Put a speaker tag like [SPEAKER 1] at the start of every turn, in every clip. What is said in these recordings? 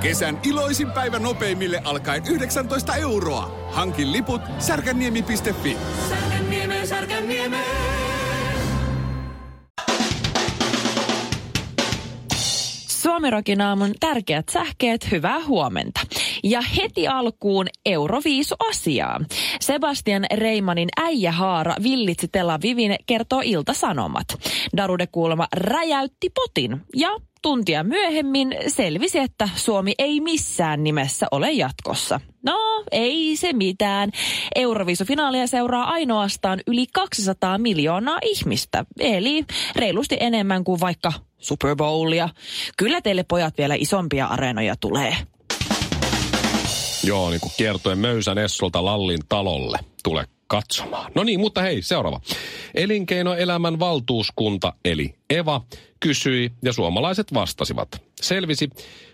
[SPEAKER 1] Kesän iloisin päivä nopeimille alkaen 19 euroa. Hankin liput särkänniemi.fi.
[SPEAKER 2] Särkänniemi, Särkänniemi.
[SPEAKER 3] Suomirokin aamun tärkeät sähkeet, hyvää huomenta. Ja heti alkuun Euroviisu asiaa. Sebastian Reimanin äijähaara villitsi Tel Avivin, kertoo Ilta-Sanomat. Darude kuulemma räjäytti potin ja tuntia myöhemmin selvisi, että Suomi ei missään nimessä ole jatkossa. No, ei se mitään. Euroviisufinaalia seuraa ainoastaan yli 200 miljoonaa ihmistä, eli reilusti enemmän kuin vaikka Super Bowlia. Kyllä teille pojat vielä isompia areenoja tulee.
[SPEAKER 4] Joo, niin kuin kiertoen Möysän Essolta Lallin talolle. Tule katsomaan. No niin, mutta hei, seuraava. Elinkeinoelämän valtuuskunta, eli EVA, kysyi ja suomalaiset vastasivat. Selvisi,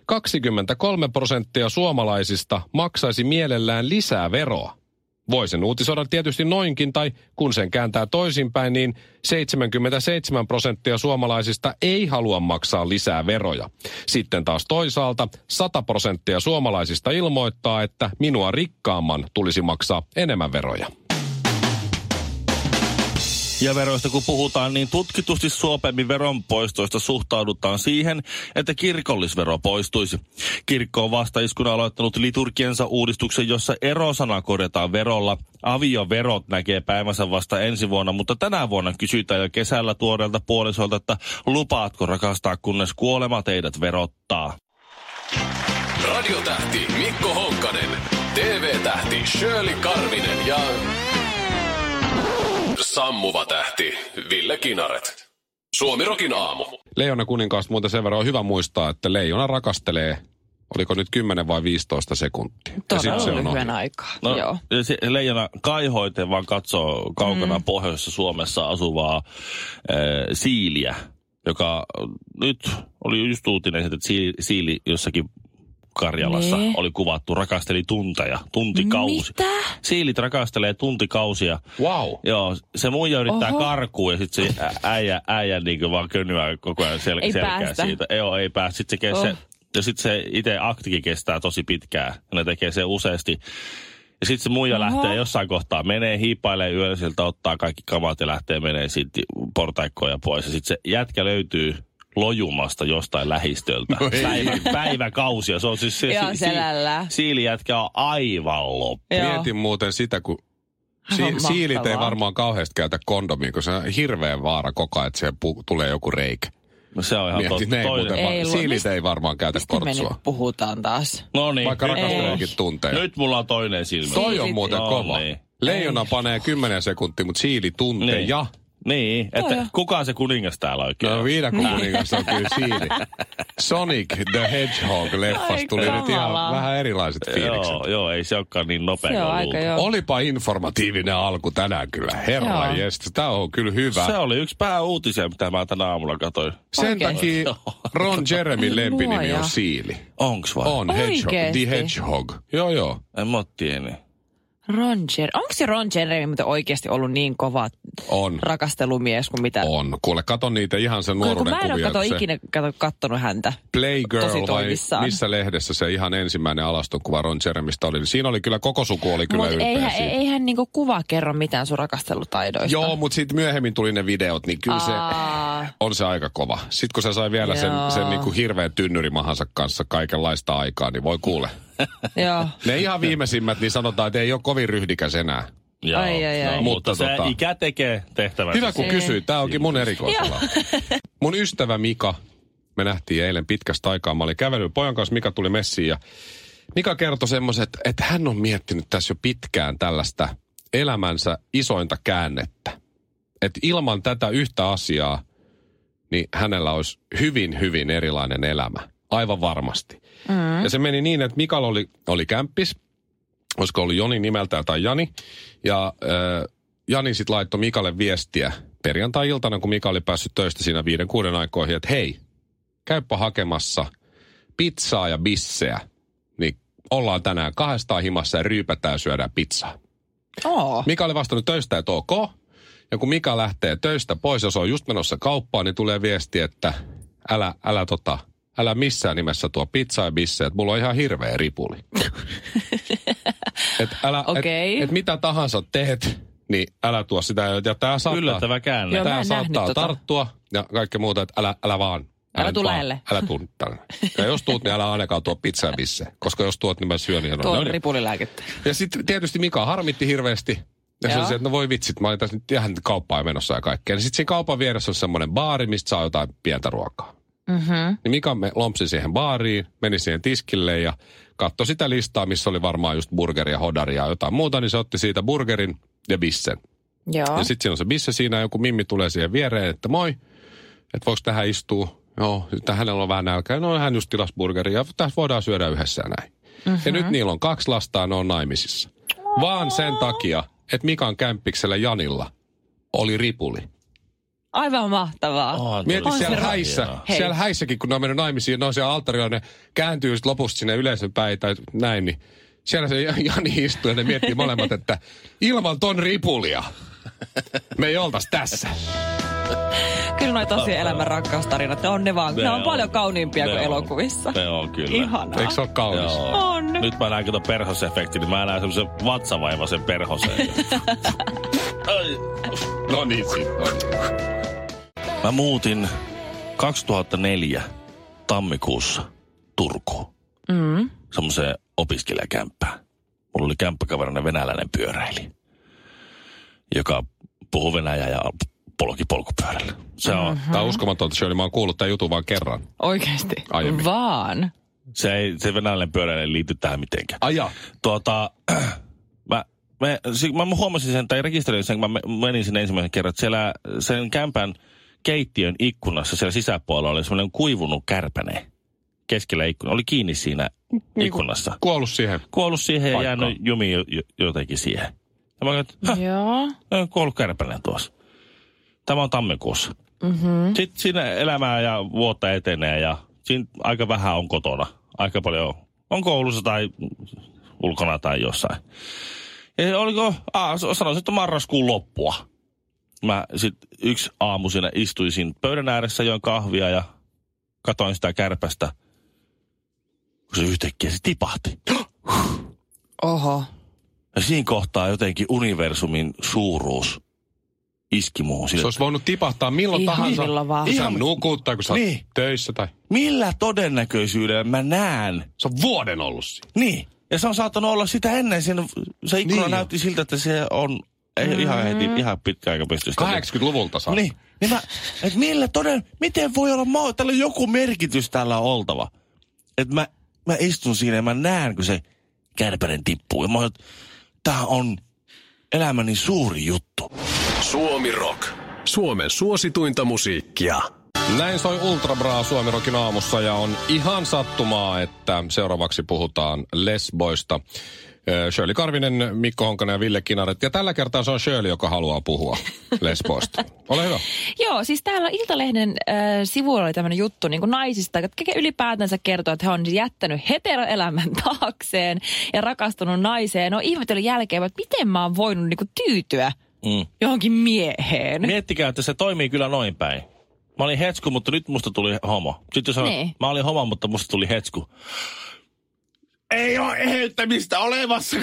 [SPEAKER 4] 23 prosenttia suomalaisista maksaisi mielellään lisää veroa. Voi sen uutisoida tietysti noinkin, tai kun sen kääntää toisinpäin, niin 77 prosenttia suomalaisista ei halua maksaa lisää veroja. Sitten taas toisaalta 100 prosenttia suomalaisista ilmoittaa, että minua rikkaamman tulisi maksaa enemmän veroja.
[SPEAKER 5] Ja veroista kun puhutaan, niin tutkitusti suopeammin veronpoistoista suhtaudutaan siihen, että kirkollisvero poistuisi. Kirkko on vastaiskuna aloittanut liturgiensa uudistuksen, jossa erosana korjataan verolla. Avioverot näkee päivänsä vasta ensi vuonna, mutta tänä vuonna kysytään jo kesällä tuoreelta puolisolta, että lupaatko rakastaa, kunnes kuolema teidät verottaa.
[SPEAKER 6] Radiotähti Mikko Honkanen, TV-tähti Shirley Karvinen ja sammuva tähti Ville Kinaret. Suomirokin aamu.
[SPEAKER 4] Leijona kuninkaasta muuten sen verran on hyvä muistaa, että leijona rakastelee, oliko nyt 10 vai 15 sekuntia. Ja sit
[SPEAKER 3] Todella
[SPEAKER 4] ohi.
[SPEAKER 3] lyhyen aikaa.
[SPEAKER 5] No,
[SPEAKER 3] Joo.
[SPEAKER 5] ja se leijona kaihoiten vaan katsoo kaukana mm. pohjoisessa Suomessa asuvaa äh, siiliä, joka äh, nyt oli just uutinen, siitä, että siili, siili jossakin Karjalassa
[SPEAKER 3] Nee.
[SPEAKER 5] nee. oli kuvattu, rakasteli tunteja, tuntikausi.
[SPEAKER 3] Mitä?
[SPEAKER 5] Siilit rakastelee tuntikausia.
[SPEAKER 4] Wow.
[SPEAKER 5] Joo, se muija yrittää
[SPEAKER 3] Oho.
[SPEAKER 5] Oho. karkuun ja sitten se ä- äijä, äijä niin vaan könyää koko ajan sel-
[SPEAKER 3] Ei
[SPEAKER 5] selkää
[SPEAKER 3] päästä.
[SPEAKER 5] siitä. Ei, oo, ei päästä. Sitten se, kes-
[SPEAKER 3] Oh.
[SPEAKER 5] se, ja sit se itse aktikin kestää tosi pitkään. Ja ne tekee se useasti. Ja sitten se muija
[SPEAKER 3] Oho.
[SPEAKER 5] lähtee jossain kohtaa, menee, hiipailee yölliseltä, ottaa kaikki kamat ja lähtee menee silti portaikkoja pois. Ja sitten se jätkä löytyy lojumasta jostain lähistöltä.
[SPEAKER 4] No ei.
[SPEAKER 5] Päivä, päiväkausia. Se on siis se,
[SPEAKER 3] Joo, selällä.
[SPEAKER 5] siilijätkä on aivan loppu.
[SPEAKER 3] Joo.
[SPEAKER 4] Mietin muuten sitä, kun si-
[SPEAKER 3] Aivan
[SPEAKER 4] siilit ei
[SPEAKER 3] mahtavaa.
[SPEAKER 4] varmaan kauheasti käytä kondomia, kun se on hirveän vaara koko ajan, että siihen pu- tulee joku reikä.
[SPEAKER 5] No se on ihan
[SPEAKER 4] Mietin,
[SPEAKER 5] totta.
[SPEAKER 4] ne ei muuten,
[SPEAKER 3] Ei
[SPEAKER 4] va-
[SPEAKER 3] ollut.
[SPEAKER 4] siilit
[SPEAKER 3] Mistä-
[SPEAKER 4] ei varmaan käytä
[SPEAKER 3] Mistä me
[SPEAKER 4] kortsua.
[SPEAKER 3] nyt puhutaan taas?
[SPEAKER 5] No niin.
[SPEAKER 4] Vaikka
[SPEAKER 5] nyt-
[SPEAKER 4] rakasteleekin tunteja.
[SPEAKER 5] Nyt mulla on toinen silmä.
[SPEAKER 4] Toi on
[SPEAKER 3] Siilit-
[SPEAKER 4] muuten
[SPEAKER 5] No
[SPEAKER 4] kova.
[SPEAKER 5] niin.
[SPEAKER 4] Leijona panee 10 sekuntia, mutta siili
[SPEAKER 5] Niin.
[SPEAKER 4] tunteja.
[SPEAKER 5] Niin,
[SPEAKER 3] Joo, joo.
[SPEAKER 5] että kuka se kuningas täällä oikein
[SPEAKER 4] No
[SPEAKER 5] on?
[SPEAKER 4] viidakon
[SPEAKER 5] Niin.
[SPEAKER 4] kuningas on kyllä siili. Sonic the Hedgehog-leffasta
[SPEAKER 3] Ai
[SPEAKER 4] tuli nyt ihan
[SPEAKER 3] kamalaa.
[SPEAKER 4] vähän erilaiset fiilikset.
[SPEAKER 5] Joo, joo, ei se olekaan niin nopea
[SPEAKER 3] Se on
[SPEAKER 5] kuin
[SPEAKER 3] aika
[SPEAKER 5] luultiin.
[SPEAKER 3] joo.
[SPEAKER 4] Olipa informatiivinen alku tänään kyllä. Herra
[SPEAKER 3] Joo.
[SPEAKER 4] jestas, tää on kyllä hyvä.
[SPEAKER 5] Se oli yksi pääuutisia, mitä mä tänä aamulla katsoin.
[SPEAKER 4] Sen
[SPEAKER 3] Oikeesti.
[SPEAKER 4] takia Ron Jeremin lempinimi
[SPEAKER 3] Luoja.
[SPEAKER 4] on siili.
[SPEAKER 5] Onks vaan?
[SPEAKER 4] On, Hedgehog,
[SPEAKER 3] Oikeesti?
[SPEAKER 4] The Hedgehog. Joo, joo.
[SPEAKER 5] En mä oo tiennyt.
[SPEAKER 3] Roger. Onko se Roger Remi muuten oikeasti ollut niin kova
[SPEAKER 4] On,
[SPEAKER 3] rakastelumies kuin mitä?
[SPEAKER 4] on. Kuule, kato niitä ihan sen
[SPEAKER 3] Kun- kun
[SPEAKER 4] nuoruuden
[SPEAKER 3] mä en ole
[SPEAKER 4] kuvia.
[SPEAKER 3] kato
[SPEAKER 4] että se
[SPEAKER 3] ikinä kato, kattonut häntä. tosi
[SPEAKER 4] Playgirl vai
[SPEAKER 3] toimissaan.
[SPEAKER 4] missä lehdessä se ihan ensimmäinen alastonkuva Ron Jeremistä oli. niin Siinä oli kyllä, koko suku oli kyllä
[SPEAKER 3] Mutta
[SPEAKER 4] ylpeä
[SPEAKER 3] eihän,
[SPEAKER 4] siitä.
[SPEAKER 3] eihän niinku kuva kerro mitään sun rakastelutaidoista.
[SPEAKER 4] Joo, mutta sitten myöhemmin tuli ne videot, niin kyllä se
[SPEAKER 3] Aa.
[SPEAKER 4] on se aika kova. Sitten kun se sai vielä sen,
[SPEAKER 3] Joo.
[SPEAKER 4] sen niin kuin hirveän tynnyrimahansa kanssa kaikenlaista aikaa, niin voi kuule.
[SPEAKER 3] Joo.
[SPEAKER 4] Ne ihan viimeisimmät, niin sanotaan, että ei ole kovin ryhdikäs enää.
[SPEAKER 5] Joo,
[SPEAKER 3] Ai, ai, ai.
[SPEAKER 5] No,
[SPEAKER 4] Mutta
[SPEAKER 5] mutta se
[SPEAKER 4] tota-
[SPEAKER 5] ikä tekee tehtävänsä.
[SPEAKER 4] Hyvä kun
[SPEAKER 3] Ei.
[SPEAKER 4] kysyit, tämä onkin mun erikoisala. Mun ystävä Mika, me nähtiin eilen pitkästä aikaa, mä olin kävelyllä pojan kanssa, Mika tuli messiin ja Mika kertoi semmoisen, että, että hän on miettinyt tässä jo pitkään tällaista elämänsä isointa käännettä. Että ilman tätä yhtä asiaa, niin hänellä olisi hyvin, hyvin erilainen elämä. Aivan varmasti. Mm. Ja se meni niin, että Mikal oli, oli kämppis, olisiko ollut Joni nimeltään tai Jani. Ja äh, Jani sitten laittoi Mikalle viestiä perjantai-iltana, kun Mika oli päässyt töistä siinä viiden kuuden aikoihin, että hei, käypä hakemassa pizzaa ja bisseä. Niin ollaan tänään kahdestaan himassa ja ryypätään ja syödään pizzaa.
[SPEAKER 3] Oo.
[SPEAKER 4] Mika oli vastannut töistä, että ok. Ja kun Mika lähtee töistä pois, jos on just menossa kauppaan, niin tulee viesti, että älä, älä, tota, älä missään nimessä tuo pizzaa ja bisseet, mulla on ihan hirveä ripuli. et älä,
[SPEAKER 3] Okei.
[SPEAKER 4] et, et mitä tahansa teet, niin älä tuo sitä. Ja tää saattaa,
[SPEAKER 5] Yllättävä käänne.
[SPEAKER 3] Joo, mä
[SPEAKER 4] tää
[SPEAKER 3] en nähnyt
[SPEAKER 4] saattaa
[SPEAKER 3] tota.
[SPEAKER 4] tarttua ja kaikkea muuta, että älä, älä vaan.
[SPEAKER 3] Älä
[SPEAKER 4] nyt
[SPEAKER 3] tule
[SPEAKER 4] vaan,
[SPEAKER 3] lähelle.
[SPEAKER 4] Älä tuu tänne. Ja jos tuut, niin älä ainakaan tuo pizzaa ja bisseet, koska jos tuot, niin mä syön. Niin
[SPEAKER 3] Tuo
[SPEAKER 4] no
[SPEAKER 3] on
[SPEAKER 4] niin.
[SPEAKER 3] ripulilääkettä.
[SPEAKER 4] Ja sitten tietysti Mika harmitti hirveästi. Ja se
[SPEAKER 3] Joo.
[SPEAKER 4] oli se, että no voi vitsit, mä olin tässä nyt ihan kauppaan menossa ja kaikkea. Ja sitten siinä kaupan vieressä on semmoinen baari, mistä saa jotain pientä ruokaa.
[SPEAKER 3] Mm-hmm.
[SPEAKER 4] Niin Mika me lompsi siihen baariin, meni siihen tiskille ja katsoi sitä listaa, missä oli varmaan just burgeria, hodaria ja jotain muuta, niin se otti siitä burgerin ja bissen.
[SPEAKER 3] Joo.
[SPEAKER 4] Ja sitten siinä on se bisse siinä, joku mimmi tulee siihen viereen, että moi, että voiko tähän istua? Joo, että hänellä on vähän nälkää. No hän just tilasi burgeria ja tässä voidaan syödä yhdessä ja näin. Mm-hmm. Ja
[SPEAKER 3] Mhm.
[SPEAKER 4] nyt niillä on kaksi lasta ja ne on naimisissa. Vaan sen takia, että Mikan kämppiksellä Janilla oli ripuli.
[SPEAKER 3] Aivan mahtavaa.
[SPEAKER 4] Mieti siellä häissä,
[SPEAKER 3] Hei.
[SPEAKER 4] siellä häissäkin, kun ne on mennyt naimisiin, ne on siellä alttarilla, ne kääntyy sit lopussa sinne yleisön päin tai näin, niin siellä se Jani istuu ja ne miettii molemmat, että ilman ton ripulia me ei oltais tässä.
[SPEAKER 3] Kyllä noi tosi elämän rakkaustarinat, ne on ne vaan. Ne,
[SPEAKER 5] Ne
[SPEAKER 3] on,
[SPEAKER 5] on.
[SPEAKER 3] paljon kauniimpia
[SPEAKER 5] Ne
[SPEAKER 3] kuin
[SPEAKER 5] on.
[SPEAKER 3] elokuvissa.
[SPEAKER 5] Ne on kyllä.
[SPEAKER 3] Ihanaa.
[SPEAKER 4] No. Eikö se ole kaunis?
[SPEAKER 5] Joo.
[SPEAKER 3] On.
[SPEAKER 5] Nyt mä näen kato perhosefekti, niin mä näen semmoisen vatsavaivaisen perhoseen. Ai.
[SPEAKER 4] No niin, sit on.
[SPEAKER 5] Mä muutin 2004 tammikuussa Turkuun.
[SPEAKER 3] Mm.
[SPEAKER 5] semmoiseen opiskelijakämppään. Mulla oli kämppäkaverina venäläinen pyöräili, joka puhuu venäjää ja polki polkupyörällä. Se, on,
[SPEAKER 3] Mm-hmm.
[SPEAKER 4] Tämä on uskomatonta, Shirley. Mä oon kuullut tämän jutun vaan kerran.
[SPEAKER 3] Oikeesti.
[SPEAKER 4] Aiemmin.
[SPEAKER 3] Vaan.
[SPEAKER 5] se, ei, se venäläinen pyöräilijä ei liity tähän mitenkään.
[SPEAKER 4] Aja.
[SPEAKER 5] Tuota, mä, mä, si- mä huomasin sen tai rekisteröin sen, kun mä me- menin sinne ensimmäisen kerran, että siellä sen kämpän keittiön ikkunassa siellä sisäpuolella oli semmoinen kuivunut kärpäne keskellä ikkunaa. Oli kiinni siinä ikkunassa.
[SPEAKER 4] Kuollut siihen.
[SPEAKER 5] Kuollut siihen ja
[SPEAKER 4] Paikkaan.
[SPEAKER 5] jäänyt jumiin jo, jo, jotenkin siihen. Ja mä katsoin, että, "Häh,
[SPEAKER 3] Joo.
[SPEAKER 5] Ö, kuollut kärpänen tuossa. Tämä on tammikuussa. Mm-hmm. Sitten siinä elämää ja vuotta etenee ja siinä aika vähän on kotona. Aika paljon on koulussa tai ulkona tai jossain. Ja oliko, aa, s- sanoisin, että marraskuun loppua. Mä sit yksi aamu siinä istuin siinä pöydän ääressä, join kahvia ja katoin sitä kärpästä. Kun se yhtäkkiä se tipahti.
[SPEAKER 3] Oho.
[SPEAKER 5] Ja siinä kohtaa jotenkin universumin suuruus iski muuhun.
[SPEAKER 4] Se
[SPEAKER 5] Sillä,
[SPEAKER 4] olisi voinut tipahtaa milloin
[SPEAKER 3] Ihan
[SPEAKER 4] tahansa.
[SPEAKER 3] milloin vaan.
[SPEAKER 4] Kun sä
[SPEAKER 5] Ihan-
[SPEAKER 4] nukut tai kun sä
[SPEAKER 5] Niin.
[SPEAKER 4] niin. töissä. Tai...
[SPEAKER 5] millä todennäköisyydellä mä näen?
[SPEAKER 4] Se on vuoden ollut siinä.
[SPEAKER 5] Niin. Ja se on saattanut olla sitä ennen. Siinä, se ikkuna
[SPEAKER 4] Niin
[SPEAKER 5] niin
[SPEAKER 4] jo.
[SPEAKER 5] näytti siltä, että se on ei, ihan heti, ihan pitkä aika pysty sitä-
[SPEAKER 4] 80-luvulta saakka.
[SPEAKER 5] Niin. niin mä, et millä toden, miten voi olla maa, tällä on joku merkitys tällä on oltava. Et mä, mä istun siinä ja mä näen, kun se kärpänen tippuu. Ja mä oon, tää on elämäni suuri juttu.
[SPEAKER 6] Suomi Rock. Suomen suosituinta musiikkia.
[SPEAKER 4] Näin soi Ultrabraa Suomirokin aamussa ja on ihan sattumaa, että seuraavaksi puhutaan Lesboista. Ö, Shirley Karvinen, Mikko Honkanen ja Ville Kinaret. Ja tällä kertaa se on Shirley, joka haluaa puhua Lesboista. Ole hyvä.
[SPEAKER 3] Joo, siis täällä Iltalehden äh, sivuilla oli tämmöinen juttu niin kuin naisista, jotka ylipäätänsä kertoo, että he on siis jättänyt heteroelämän taakseen ja rakastunut naiseen. No ihmetellyt jälkeen, että miten mä oon voinut niin kuin, tyytyä
[SPEAKER 5] Mm.
[SPEAKER 3] johonkin mieheen.
[SPEAKER 5] Miettikää, että se toimii kyllä noin päin. Mä olin hetsku, mutta nyt musta tuli homo. Sitten jos sanot,
[SPEAKER 3] Niin.
[SPEAKER 5] mä olin homo, mutta musta tuli hetsku. Ei ole eheyttämistä olemassa.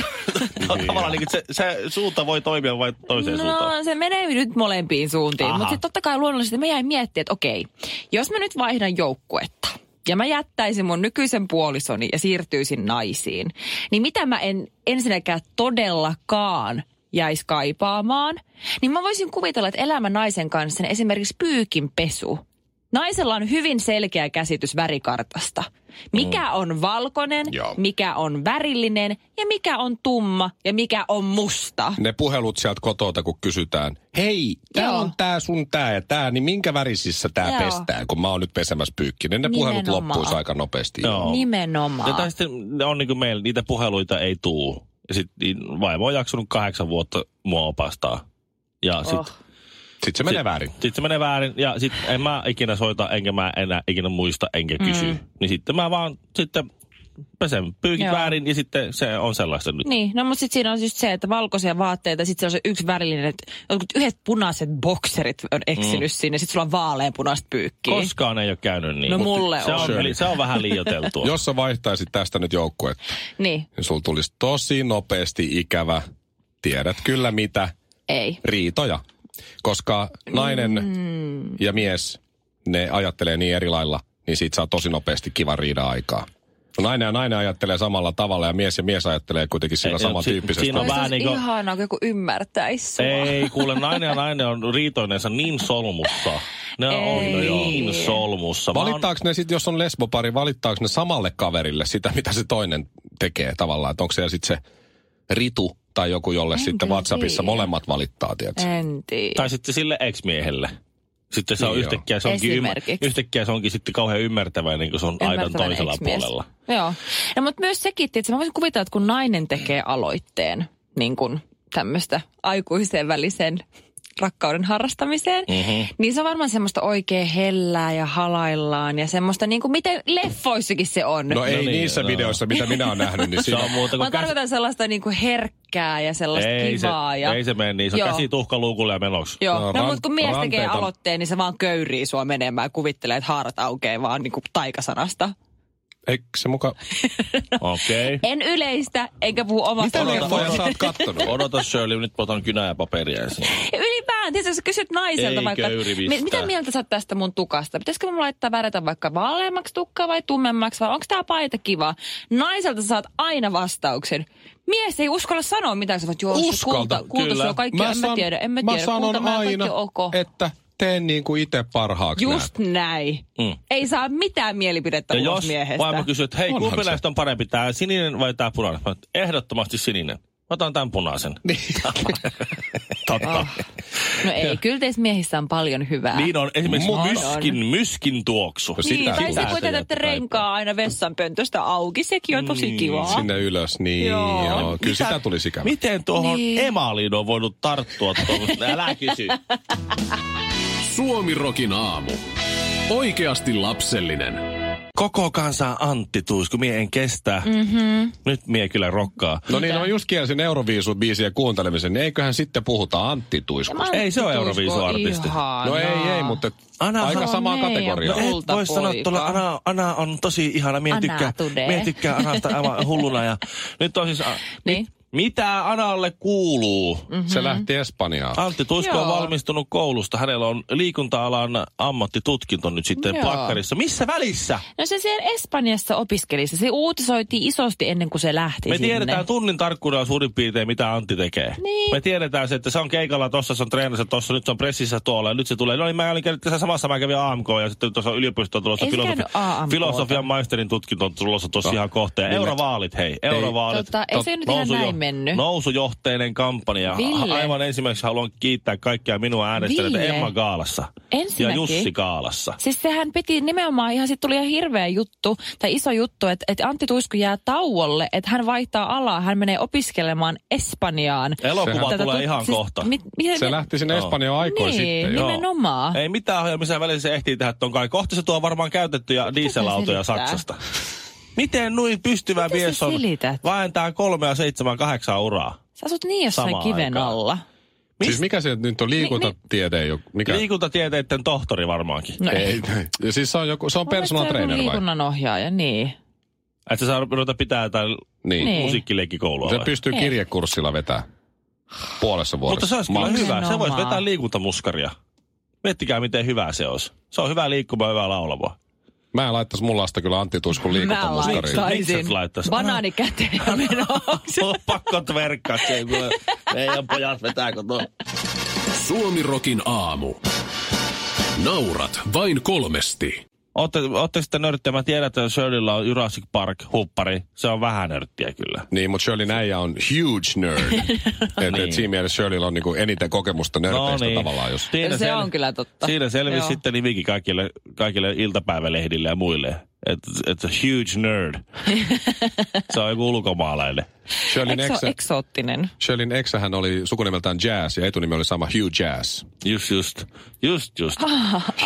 [SPEAKER 5] no, tavallaan niin, se, se, suunta voi toimia vain toiseen suuntaan.
[SPEAKER 3] No se menee nyt molempiin suuntiin,
[SPEAKER 5] Aha.
[SPEAKER 3] mutta sitten totta kai luonnollisesti mä jäin miettimään, että okei, jos mä nyt vaihdan joukkuetta ja mä jättäisin mun nykyisen puolisoni ja siirtyisin naisiin, niin mitä mä en ensinnäkään todellakaan jäisi kaipaamaan, niin mä voisin kuvitella, että elämä naisen kanssa niin esimerkiksi pyykinpesu. Naisella on hyvin selkeä käsitys värikartasta. Mikä
[SPEAKER 5] Mm.
[SPEAKER 3] on valkoinen,
[SPEAKER 4] Joo.
[SPEAKER 3] mikä on värillinen ja mikä on tumma ja mikä on musta.
[SPEAKER 4] Ne puhelut sieltä kotota, kun kysytään, hei, tää
[SPEAKER 3] Joo.
[SPEAKER 4] on tää sun tää ja tää, niin minkä värisissä tää
[SPEAKER 3] Joo.
[SPEAKER 4] pestään, kun mä oon nyt pesemässä pyykkinen. Ne puhelut
[SPEAKER 3] Nimenomaan.
[SPEAKER 4] loppuisi aika nopeasti.
[SPEAKER 5] Joo.
[SPEAKER 3] Nimenomaan.
[SPEAKER 5] Ja tai sitten ne on niin kuin meillä, niitä puheluita ei tuu. Ja sitten vaimo on jaksanut kahdeksan vuotta mua opastaa. Ja sitten
[SPEAKER 3] Oh.
[SPEAKER 4] Sitten se menee väärin.
[SPEAKER 5] Sitten se menee väärin ja sitten en mä ikinä soita, enkä mä enää ikinä muista, enkä kysy. Mm. Niin sitten mä vaan sitten pesen pyykit
[SPEAKER 3] Joo.
[SPEAKER 5] väärin ja sitten se on sellaista nyt.
[SPEAKER 3] Niin, no mutta sitten siinä on just se, että valkoisia vaatteita, sitten se on se yksi värillinen, että jotkut yhdet punaiset bokserit on eksinyt mm. sinne, sitten sulla on vaaleanpunaiset pyykkiä.
[SPEAKER 5] Koskaan ei ole käynyt niin.
[SPEAKER 3] No mulle
[SPEAKER 5] se
[SPEAKER 3] on.
[SPEAKER 5] on. Eli se on vähän liioteltua.
[SPEAKER 4] Jos sä vaihtaisit tästä nyt joukkuetta,
[SPEAKER 3] Niin,
[SPEAKER 4] niin sulla tulisi tosi nopeasti ikävä, tiedät kyllä mitä,
[SPEAKER 3] ei.
[SPEAKER 4] riitoja. Koska nainen mm. ja mies, ne ajattelee niin eri lailla, niin siitä saa tosi nopeasti kiva riida aikaa. Nainen ja nainen ajattelee samalla tavalla ja mies ja mies ajattelee kuitenkin sillä
[SPEAKER 5] Ei, no, si-
[SPEAKER 4] samantyyppisesti.
[SPEAKER 5] siinä on
[SPEAKER 3] Olisi
[SPEAKER 5] vähän
[SPEAKER 3] niin
[SPEAKER 5] niin kuin-
[SPEAKER 3] ihanaa, kun joku ymmärtäisi sua.
[SPEAKER 5] Ei, kuule, nainen ja nainen on riitoineensa niin solmussa. Ne
[SPEAKER 3] Ei.
[SPEAKER 5] on niin solmussa. Mä oon-
[SPEAKER 4] Valittaako ne sitten, jos on lesbopari, valittaako ne samalle kaverille sitä, mitä se toinen tekee tavallaan? Että onko siellä sitten se ritu tai joku, jolle en sitten
[SPEAKER 3] kyllä
[SPEAKER 4] WhatsAppissa
[SPEAKER 3] tiedä.
[SPEAKER 4] molemmat valittaa, tiedätkö?
[SPEAKER 3] En tiedä.
[SPEAKER 5] Tai sitten sille ex-miehelle. Sitten se on
[SPEAKER 4] Niin joo.
[SPEAKER 5] yhtäkkiä, se onkin, ymmär-
[SPEAKER 3] Esimerkiksi.
[SPEAKER 5] yhtäkkiä se onkin sitten kauhean ymmärtäväinen, kun se on aidan
[SPEAKER 3] Ymmärtävän
[SPEAKER 5] toisella
[SPEAKER 3] ex-mies.
[SPEAKER 5] puolella.
[SPEAKER 3] Joo. No, mutta myös sekin, että mä voisin kuvitella, että kun nainen tekee aloitteen niin kun tämmöistä aikuiseen väliseen rakkauden harrastamiseen, mm-hmm. niin se on varmaan semmoista oikein hellää ja halaillaan ja semmoista, niin kuin miten leffoissakin se on.
[SPEAKER 4] No ei
[SPEAKER 5] No niin,
[SPEAKER 4] niissä
[SPEAKER 5] no.
[SPEAKER 4] videoissa, mitä minä olen nähnyt, niin
[SPEAKER 5] Se
[SPEAKER 4] siinä
[SPEAKER 5] on muuta
[SPEAKER 3] Mä
[SPEAKER 5] kuin käs-
[SPEAKER 3] tarkoitan sellaista niin kuin herkkää ja sellaista
[SPEAKER 5] ei, se,
[SPEAKER 3] kivaa. ja...
[SPEAKER 5] ei se mene niin, se on
[SPEAKER 3] Joo.
[SPEAKER 5] käsi tuhkaluukulle ja menoksi.
[SPEAKER 3] Joo,
[SPEAKER 4] No,
[SPEAKER 3] no,
[SPEAKER 4] ran-
[SPEAKER 3] mutta kun mies tekee
[SPEAKER 4] ranteita-
[SPEAKER 3] aloitteen, niin se vaan köyrii sua menemään ja kuvittelee, että haarat aukeaa vaan niin kuin taikasanasta.
[SPEAKER 4] Eikö se muka...
[SPEAKER 5] Okei.
[SPEAKER 3] En yleistä, enkä puhu omasta
[SPEAKER 4] Mitä
[SPEAKER 3] mielestä.
[SPEAKER 4] leffoja sä oot kattonut?
[SPEAKER 5] Odota Shirley, nyt otan kynää ja paperia esiin.
[SPEAKER 3] Ja Ylipäätään, tietysti, jos sä kysyt naiselta
[SPEAKER 5] Ei
[SPEAKER 3] vaikka, mi-
[SPEAKER 5] köyri pistää.
[SPEAKER 3] mitä mieltä sä oot tästä mun tukasta? Pitäisikö mun laittaa värätä vaikka vaaleammaksi tukkaa vai tummemmaksi vai onko tää paita kiva? Naiselta sä saat aina vastauksen. Mies ei uskalla sanoa mitään, sä voit, joo, se
[SPEAKER 4] Uskalta,
[SPEAKER 3] kulta, kulta
[SPEAKER 5] kyllä.
[SPEAKER 3] sulla on kaikki, en mä tiedä, en mä
[SPEAKER 4] mä
[SPEAKER 3] tiedä,
[SPEAKER 4] sanon
[SPEAKER 3] kulta, mä en
[SPEAKER 4] aina,
[SPEAKER 3] kaikki ole ok.
[SPEAKER 4] että teen niin kuin itse parhaaksi
[SPEAKER 3] Just näin.
[SPEAKER 5] Mm.
[SPEAKER 3] Ei saa mitään mielipidettä
[SPEAKER 5] Ja
[SPEAKER 3] ulos
[SPEAKER 5] jos
[SPEAKER 3] miehestä.
[SPEAKER 5] vaimo kysyy, että hei,
[SPEAKER 4] Onhan
[SPEAKER 5] kumpi
[SPEAKER 4] se.
[SPEAKER 5] näistä on parempi, tämä sininen vai tämä punainen? Mä, oon, ehdottomasti sininen. Mä otan tämän punaisen.
[SPEAKER 4] näen. Totta.
[SPEAKER 3] No ei, kyllä teissä miehissä on paljon hyvää.
[SPEAKER 5] Niin on esimerkiksi
[SPEAKER 4] Mut-
[SPEAKER 5] myskin, myskin tuoksu.
[SPEAKER 4] No
[SPEAKER 3] Niin,
[SPEAKER 4] sitä
[SPEAKER 3] tai se,
[SPEAKER 4] tulee.
[SPEAKER 3] kun jätätte renkaa aina vessanpöntöstä auki, sekin on tosi
[SPEAKER 5] Niin,
[SPEAKER 3] kivaa.
[SPEAKER 4] Sinne ylös, niin joo.
[SPEAKER 3] Joo.
[SPEAKER 4] joo. Kyllä
[SPEAKER 5] Mitä-
[SPEAKER 4] sitä tulisi ikävä.
[SPEAKER 5] Miten tuohon
[SPEAKER 3] Niin.
[SPEAKER 5] niin. on voinut tarttua tuommoista? Älä kysy.
[SPEAKER 6] Suomi Rokin aamu. Oikeasti lapsellinen.
[SPEAKER 5] Koko kansa Antti Tuisku, mie en kestä. Mm-hmm. Nyt mie kyllä rokkaa.
[SPEAKER 4] No niin, no just kielsin Euroviisut biisien kuuntelemisen, niin eiköhän sitten puhuta Antti Tuiskusta.
[SPEAKER 5] Ei se ole Euroviisuartisti.
[SPEAKER 4] No ei, ei, mutta
[SPEAKER 5] Anna-
[SPEAKER 4] aika
[SPEAKER 5] Anna
[SPEAKER 4] samaa
[SPEAKER 3] meidän
[SPEAKER 4] kategoriaa.
[SPEAKER 3] puhe-
[SPEAKER 5] Ei,
[SPEAKER 3] Kultapoika.
[SPEAKER 5] Voisi sanoa, että tuolla Ana, Ana on tosi ihana. Mie
[SPEAKER 3] Ana
[SPEAKER 5] tykkää,
[SPEAKER 3] today.
[SPEAKER 5] mie tykkää Anasta aivan hulluna. Ja nyt on siis, a,
[SPEAKER 3] Niin.
[SPEAKER 5] mitä Analle kuuluu?
[SPEAKER 3] Mhm.
[SPEAKER 4] Mm-hmm. Se lähti Espanjaan.
[SPEAKER 5] Antti Tuisku on
[SPEAKER 3] Joo.
[SPEAKER 5] valmistunut koulusta. Hänellä on liikunta-alan ammattitutkinto nyt sitten
[SPEAKER 3] Joo.
[SPEAKER 5] plakkarissa. Missä välissä?
[SPEAKER 3] No se siellä Espanjassa opiskeli, se, se uutisoitiin isosti ennen kuin se lähti
[SPEAKER 5] Me
[SPEAKER 3] sinne.
[SPEAKER 5] tiedetään tunnin tarkkuudella suurin piirtein, mitä Antti tekee.
[SPEAKER 3] Niin.
[SPEAKER 5] Me tiedetään se, että se on keikalla tossa, se on treenissä tossa, nyt se on pressissä tuolla ja nyt se tulee. No niin, mä olin käynyt tässä samassa, mä kävin AMK ja sitten tuossa yliopistoon tulossa
[SPEAKER 3] Ei se käynyt AMK:ta.
[SPEAKER 5] filosofian maisterin tutkinto on tulossa tuossa ihan kohta. Ja eurovaalit, hei, eurovaalit.
[SPEAKER 3] Tota, ei se nyt ihan näin mennyt.
[SPEAKER 5] Nousujohteinen kampanja.
[SPEAKER 3] Ville.
[SPEAKER 5] A- Aivan ensimmäiseksi haluan kiittää kaikkia minua äänestäneitä
[SPEAKER 3] Ville.
[SPEAKER 5] Emma Gaalassa.
[SPEAKER 3] Ensinnäkin.
[SPEAKER 5] Ja Jussi Gaalassa.
[SPEAKER 3] Siis sehän piti nimenomaan ihan, sit tuli ihan hirveä juttu tai iso juttu, että, että Antti Tuisku jää tauolle, että hän vaihtaa alaa, hän menee opiskelemaan Espanjaan.
[SPEAKER 5] Elokuva
[SPEAKER 4] Sehän-
[SPEAKER 5] tulee
[SPEAKER 3] tut-
[SPEAKER 5] ihan
[SPEAKER 3] siis,
[SPEAKER 5] kohta.
[SPEAKER 3] Mit, miten,
[SPEAKER 4] Se lähti sinne
[SPEAKER 5] Joo.
[SPEAKER 4] Espanjaan aikoin
[SPEAKER 3] niin,
[SPEAKER 4] sitten.
[SPEAKER 5] joo.
[SPEAKER 3] nimenomaan.
[SPEAKER 5] Ei mitään hajoa, missä välissä se ehtii tehdä ton kai. Kohta se tuo varmaan käytettyjä dieselautoja
[SPEAKER 3] selittää?
[SPEAKER 5] Saksasta. Miten nuin pystyvä
[SPEAKER 3] Miten
[SPEAKER 5] mies
[SPEAKER 3] sä
[SPEAKER 5] on
[SPEAKER 3] selität?
[SPEAKER 5] vääntää kolmea, seitsemän, kahdeksan uraa?
[SPEAKER 3] Sä asut niin jossain
[SPEAKER 5] Samaan
[SPEAKER 3] kiven
[SPEAKER 5] aikaan.
[SPEAKER 3] alla.
[SPEAKER 4] Siis mikä se nyt on liikuntatiede? jo- Mikä?
[SPEAKER 5] Liikuntatieteiden tohtori varmaankin.
[SPEAKER 3] No
[SPEAKER 4] Ei, ja siis se on, joku, se on personal trainer vai?
[SPEAKER 3] liikunnan ohjaaja, niin.
[SPEAKER 5] Että saa ruveta pitää jotain
[SPEAKER 4] Niin.
[SPEAKER 3] Niin.
[SPEAKER 5] musiikkileikkikoulua.
[SPEAKER 4] Se
[SPEAKER 5] vai?
[SPEAKER 4] pystyy
[SPEAKER 3] Ei.
[SPEAKER 4] kirjekurssilla vetää puolessa
[SPEAKER 5] Mutta
[SPEAKER 4] vuodessa.
[SPEAKER 5] se olisi kyllä
[SPEAKER 4] Maks.
[SPEAKER 5] hyvä. Se
[SPEAKER 3] Nimenomaan.
[SPEAKER 5] voisi vetää liikuntamuskaria. Miettikää, miten hyvä se olisi. Se on hyvä liikkuma, hyvä laulava.
[SPEAKER 4] Mä en laittaisi mun lasta kyllä Antti Tuiskun
[SPEAKER 3] Mä
[SPEAKER 4] liikuntamuskariin.
[SPEAKER 5] laittaa. Miksi et
[SPEAKER 3] laittaisin
[SPEAKER 5] laittaisi?
[SPEAKER 3] banaani käteen ja menoksi.
[SPEAKER 5] Se on Oh, pakko tverkkaa. Se ei kuule. Meidän pojat vetää kotoa.
[SPEAKER 6] Suomi Rokin aamu. Naurat vain kolmesti.
[SPEAKER 5] Ootte, ootte sitten nörttiä. Mä tiedän, että Shirleyllä on Jurassic Park huppari. Se on vähän nörttiä kyllä.
[SPEAKER 4] Niin, mutta Shirley Näijä on huge nerd. et,
[SPEAKER 3] Niin.
[SPEAKER 4] et siinä mielessä Shirleyllä on niinku eniten kokemusta
[SPEAKER 3] No
[SPEAKER 4] nörteistä tavallaan. Jos...
[SPEAKER 5] No niin. Siinä
[SPEAKER 3] Se on kyllä totta.
[SPEAKER 5] Siinä selvisi
[SPEAKER 3] Joo.
[SPEAKER 5] sitten nimikin kaikille, kaikille iltapäivälehdille ja muille. Että et a huge nerd. se on joku ulkomaalainen.
[SPEAKER 4] Shirleyn
[SPEAKER 3] Eikö se
[SPEAKER 4] eksä,
[SPEAKER 3] ole eksoottinen?
[SPEAKER 4] Shirleyn eksähän oli sukunimeltään Jazz ja etunimi oli sama Hugh Jazz.
[SPEAKER 5] Just just. Just, just.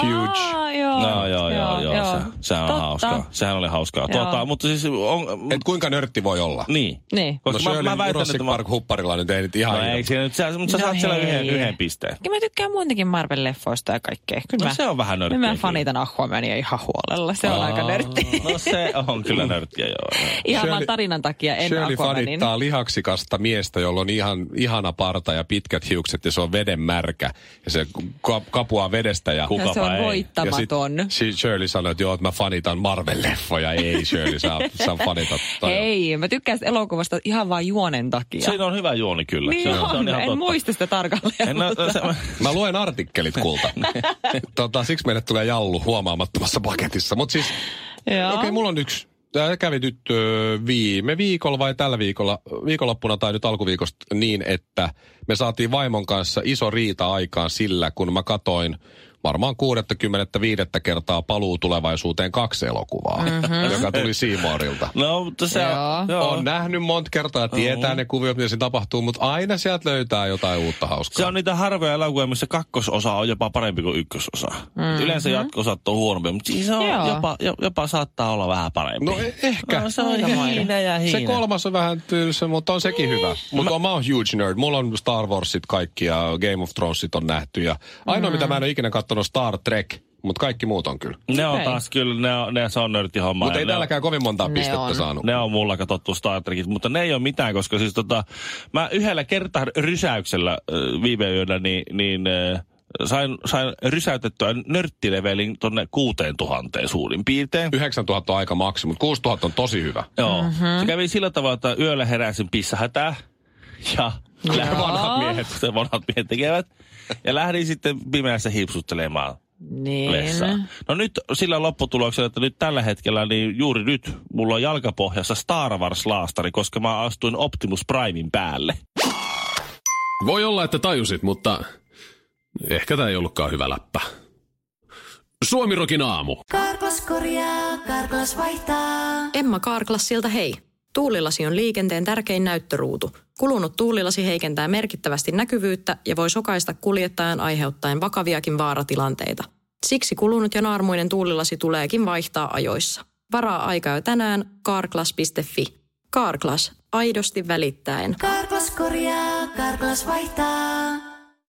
[SPEAKER 4] Huge.
[SPEAKER 3] Aa, Ah, joo,
[SPEAKER 5] No joo, joo, joo. Se, sehän on
[SPEAKER 3] Totta.
[SPEAKER 5] hauskaa. Sehän oli hauskaa.
[SPEAKER 3] Joo.
[SPEAKER 5] Tuota, mutta siis on...
[SPEAKER 4] Et kuinka nörtti voi olla?
[SPEAKER 5] Niin.
[SPEAKER 3] Niin.
[SPEAKER 4] No
[SPEAKER 5] Koska mä, mä väitän,
[SPEAKER 4] Jurassic
[SPEAKER 5] että mä...
[SPEAKER 4] Park hupparilla nyt ei nyt ihan...
[SPEAKER 5] No ei, siinä nyt, sä, mutta sä
[SPEAKER 3] No
[SPEAKER 5] saat siellä
[SPEAKER 3] hei.
[SPEAKER 5] yhden, yhden pisteen.
[SPEAKER 3] Kyllä mä tykkään muutenkin Marvel-leffoista ja kaikkea. Kyllä
[SPEAKER 5] No
[SPEAKER 3] mä,
[SPEAKER 5] se on vähän
[SPEAKER 3] Kyllä
[SPEAKER 5] nörttiä.
[SPEAKER 3] mä
[SPEAKER 5] kyllä.
[SPEAKER 3] fanitan Aquamania ihan huolella. Se on aika
[SPEAKER 5] Aa,
[SPEAKER 3] nörtti.
[SPEAKER 5] No se on kyllä nörttiä, joo. joo.
[SPEAKER 3] Ihan
[SPEAKER 4] Shirley-
[SPEAKER 3] vaan tarinan takia en
[SPEAKER 4] Shirley
[SPEAKER 3] Aquamanin.
[SPEAKER 4] fanittaa lihaksikasta miestä, jolla on ihan, ihana parta ja pitkät hiukset ja se on veden märkä. Ja se ka- kapuaa vedestä ja...
[SPEAKER 5] Kuka-
[SPEAKER 3] Ja se
[SPEAKER 5] Kukapa
[SPEAKER 3] on
[SPEAKER 5] ei.
[SPEAKER 4] ja sit
[SPEAKER 3] voittamaton.
[SPEAKER 4] si- Shirley sanoi, että joo, että mä fanitan Marvel-leffoja. Ei Shirley, sä, sä fanitat. toi-
[SPEAKER 3] Hei, mä tykkään sitä elokuvasta ihan vaan juonen takia.
[SPEAKER 5] Siinä on hyvä juoni kyllä.
[SPEAKER 3] niin
[SPEAKER 5] se on,
[SPEAKER 3] on,
[SPEAKER 5] se on ihan
[SPEAKER 3] en
[SPEAKER 5] totta.
[SPEAKER 3] muista sitä tarkalleen.
[SPEAKER 5] En, no,
[SPEAKER 3] mutta-
[SPEAKER 5] se,
[SPEAKER 4] Mä luen artikkelit kulta. tota, siksi meille tulee jallu huomaamattomassa paketissa. Mutta siis,
[SPEAKER 3] Joo.
[SPEAKER 4] okei, okay, mulla on yksi. Tämä kävi nyt ö, viime viikolla vai tällä viikolla, viikonloppuna tai nyt alkuviikosta niin, että me saatiin vaimon kanssa iso riita aikaan sillä, kun mä katoin varmaan 65 kertaa paluu tulevaisuuteen kaksi elokuvaa, mm-hmm. joka tuli Siimoorilta.
[SPEAKER 5] no, mutta se
[SPEAKER 3] Joo.
[SPEAKER 5] joo.
[SPEAKER 4] On nähnyt monta kertaa, tietää ne kuviot, mitä siinä tapahtuu, mutta aina sieltä löytää jotain uutta hauskaa.
[SPEAKER 5] Se on niitä harvoja elokuvia, missä kakkososa on jopa parempi kuin ykkösosa. Mm-hmm. Yleensä jatko-osat on huonompi, mutta siis se on
[SPEAKER 3] Mhm. Joo.
[SPEAKER 5] jopa, jo- jopa saattaa olla vähän parempi.
[SPEAKER 4] No e- ehkä.
[SPEAKER 5] No, se on hiina ja hiina.
[SPEAKER 4] Se
[SPEAKER 6] Niin
[SPEAKER 4] kolmas on vähän tylsä, mutta on sekin hyvä. Niin. Mutta mä... mä oon huge nerd. Mulla on Star Warsit kaikki ja Game of Thronesit on nähty. Ja ainoa, mitä mä en ole ikinä katsonut, Star Trek. Mutta kaikki muut on
[SPEAKER 6] Mm.
[SPEAKER 4] kyllä.
[SPEAKER 5] Ne on
[SPEAKER 3] Okei.
[SPEAKER 5] taas kyllä, ne, on, ne se on nörttihomma.
[SPEAKER 4] Mutta
[SPEAKER 5] Ja
[SPEAKER 4] ei
[SPEAKER 5] ne on-
[SPEAKER 4] täälläkään kovin montaa
[SPEAKER 3] Ne
[SPEAKER 4] pistettä
[SPEAKER 3] on.
[SPEAKER 4] saanut.
[SPEAKER 5] Ne on mulla katsottu Star Trekit, mutta ne ei ole mitään, koska siis tota, mä yhdellä kertaa rysäyksellä äh, viime yönä, niin, niin äh, sain, sain rysäytettyä nörttilevelin tonne 6000 suurin piirtein.
[SPEAKER 4] 9000 on aika maksi, mutta 6000 on tosi hyvä.
[SPEAKER 5] Joo. Mm-hmm. Se kävi sillä tavalla, että yöllä heräsin pissahätää. Ja lähdin vanhat miehet, kuten vanhat miehet tekevät. Ja lähdin sitten pimeässä hipsuttelemaan vessaan.
[SPEAKER 3] Niin.
[SPEAKER 5] No nyt sillä lopputuloksella, että nyt tällä hetkellä, niin juuri nyt mulla on jalkapohjassa Star Wars-laastari, koska mä astuin Optimus Primein päälle.
[SPEAKER 6] Voi olla, että tajusit, mutta ehkä tämä ei ollutkaan hyvä läppä. Suomirokin aamu.
[SPEAKER 7] Karklas korjaa, Karklas vaihtaa.
[SPEAKER 8] Emma Karklas siltä hei. Tuulilasi on liikenteen tärkein näyttöruutu. Kulunut tuulilasi heikentää merkittävästi näkyvyyttä ja voi sokaista kuljettajan aiheuttaen vakaviakin vaaratilanteita. Siksi kulunut ja naarmuinen tuulilasi tuleekin vaihtaa ajoissa. Varaa aika jo tänään karklas.fi. Karklas, aidosti välittäen.
[SPEAKER 7] Karklas korjaa, Karklas vaihtaa.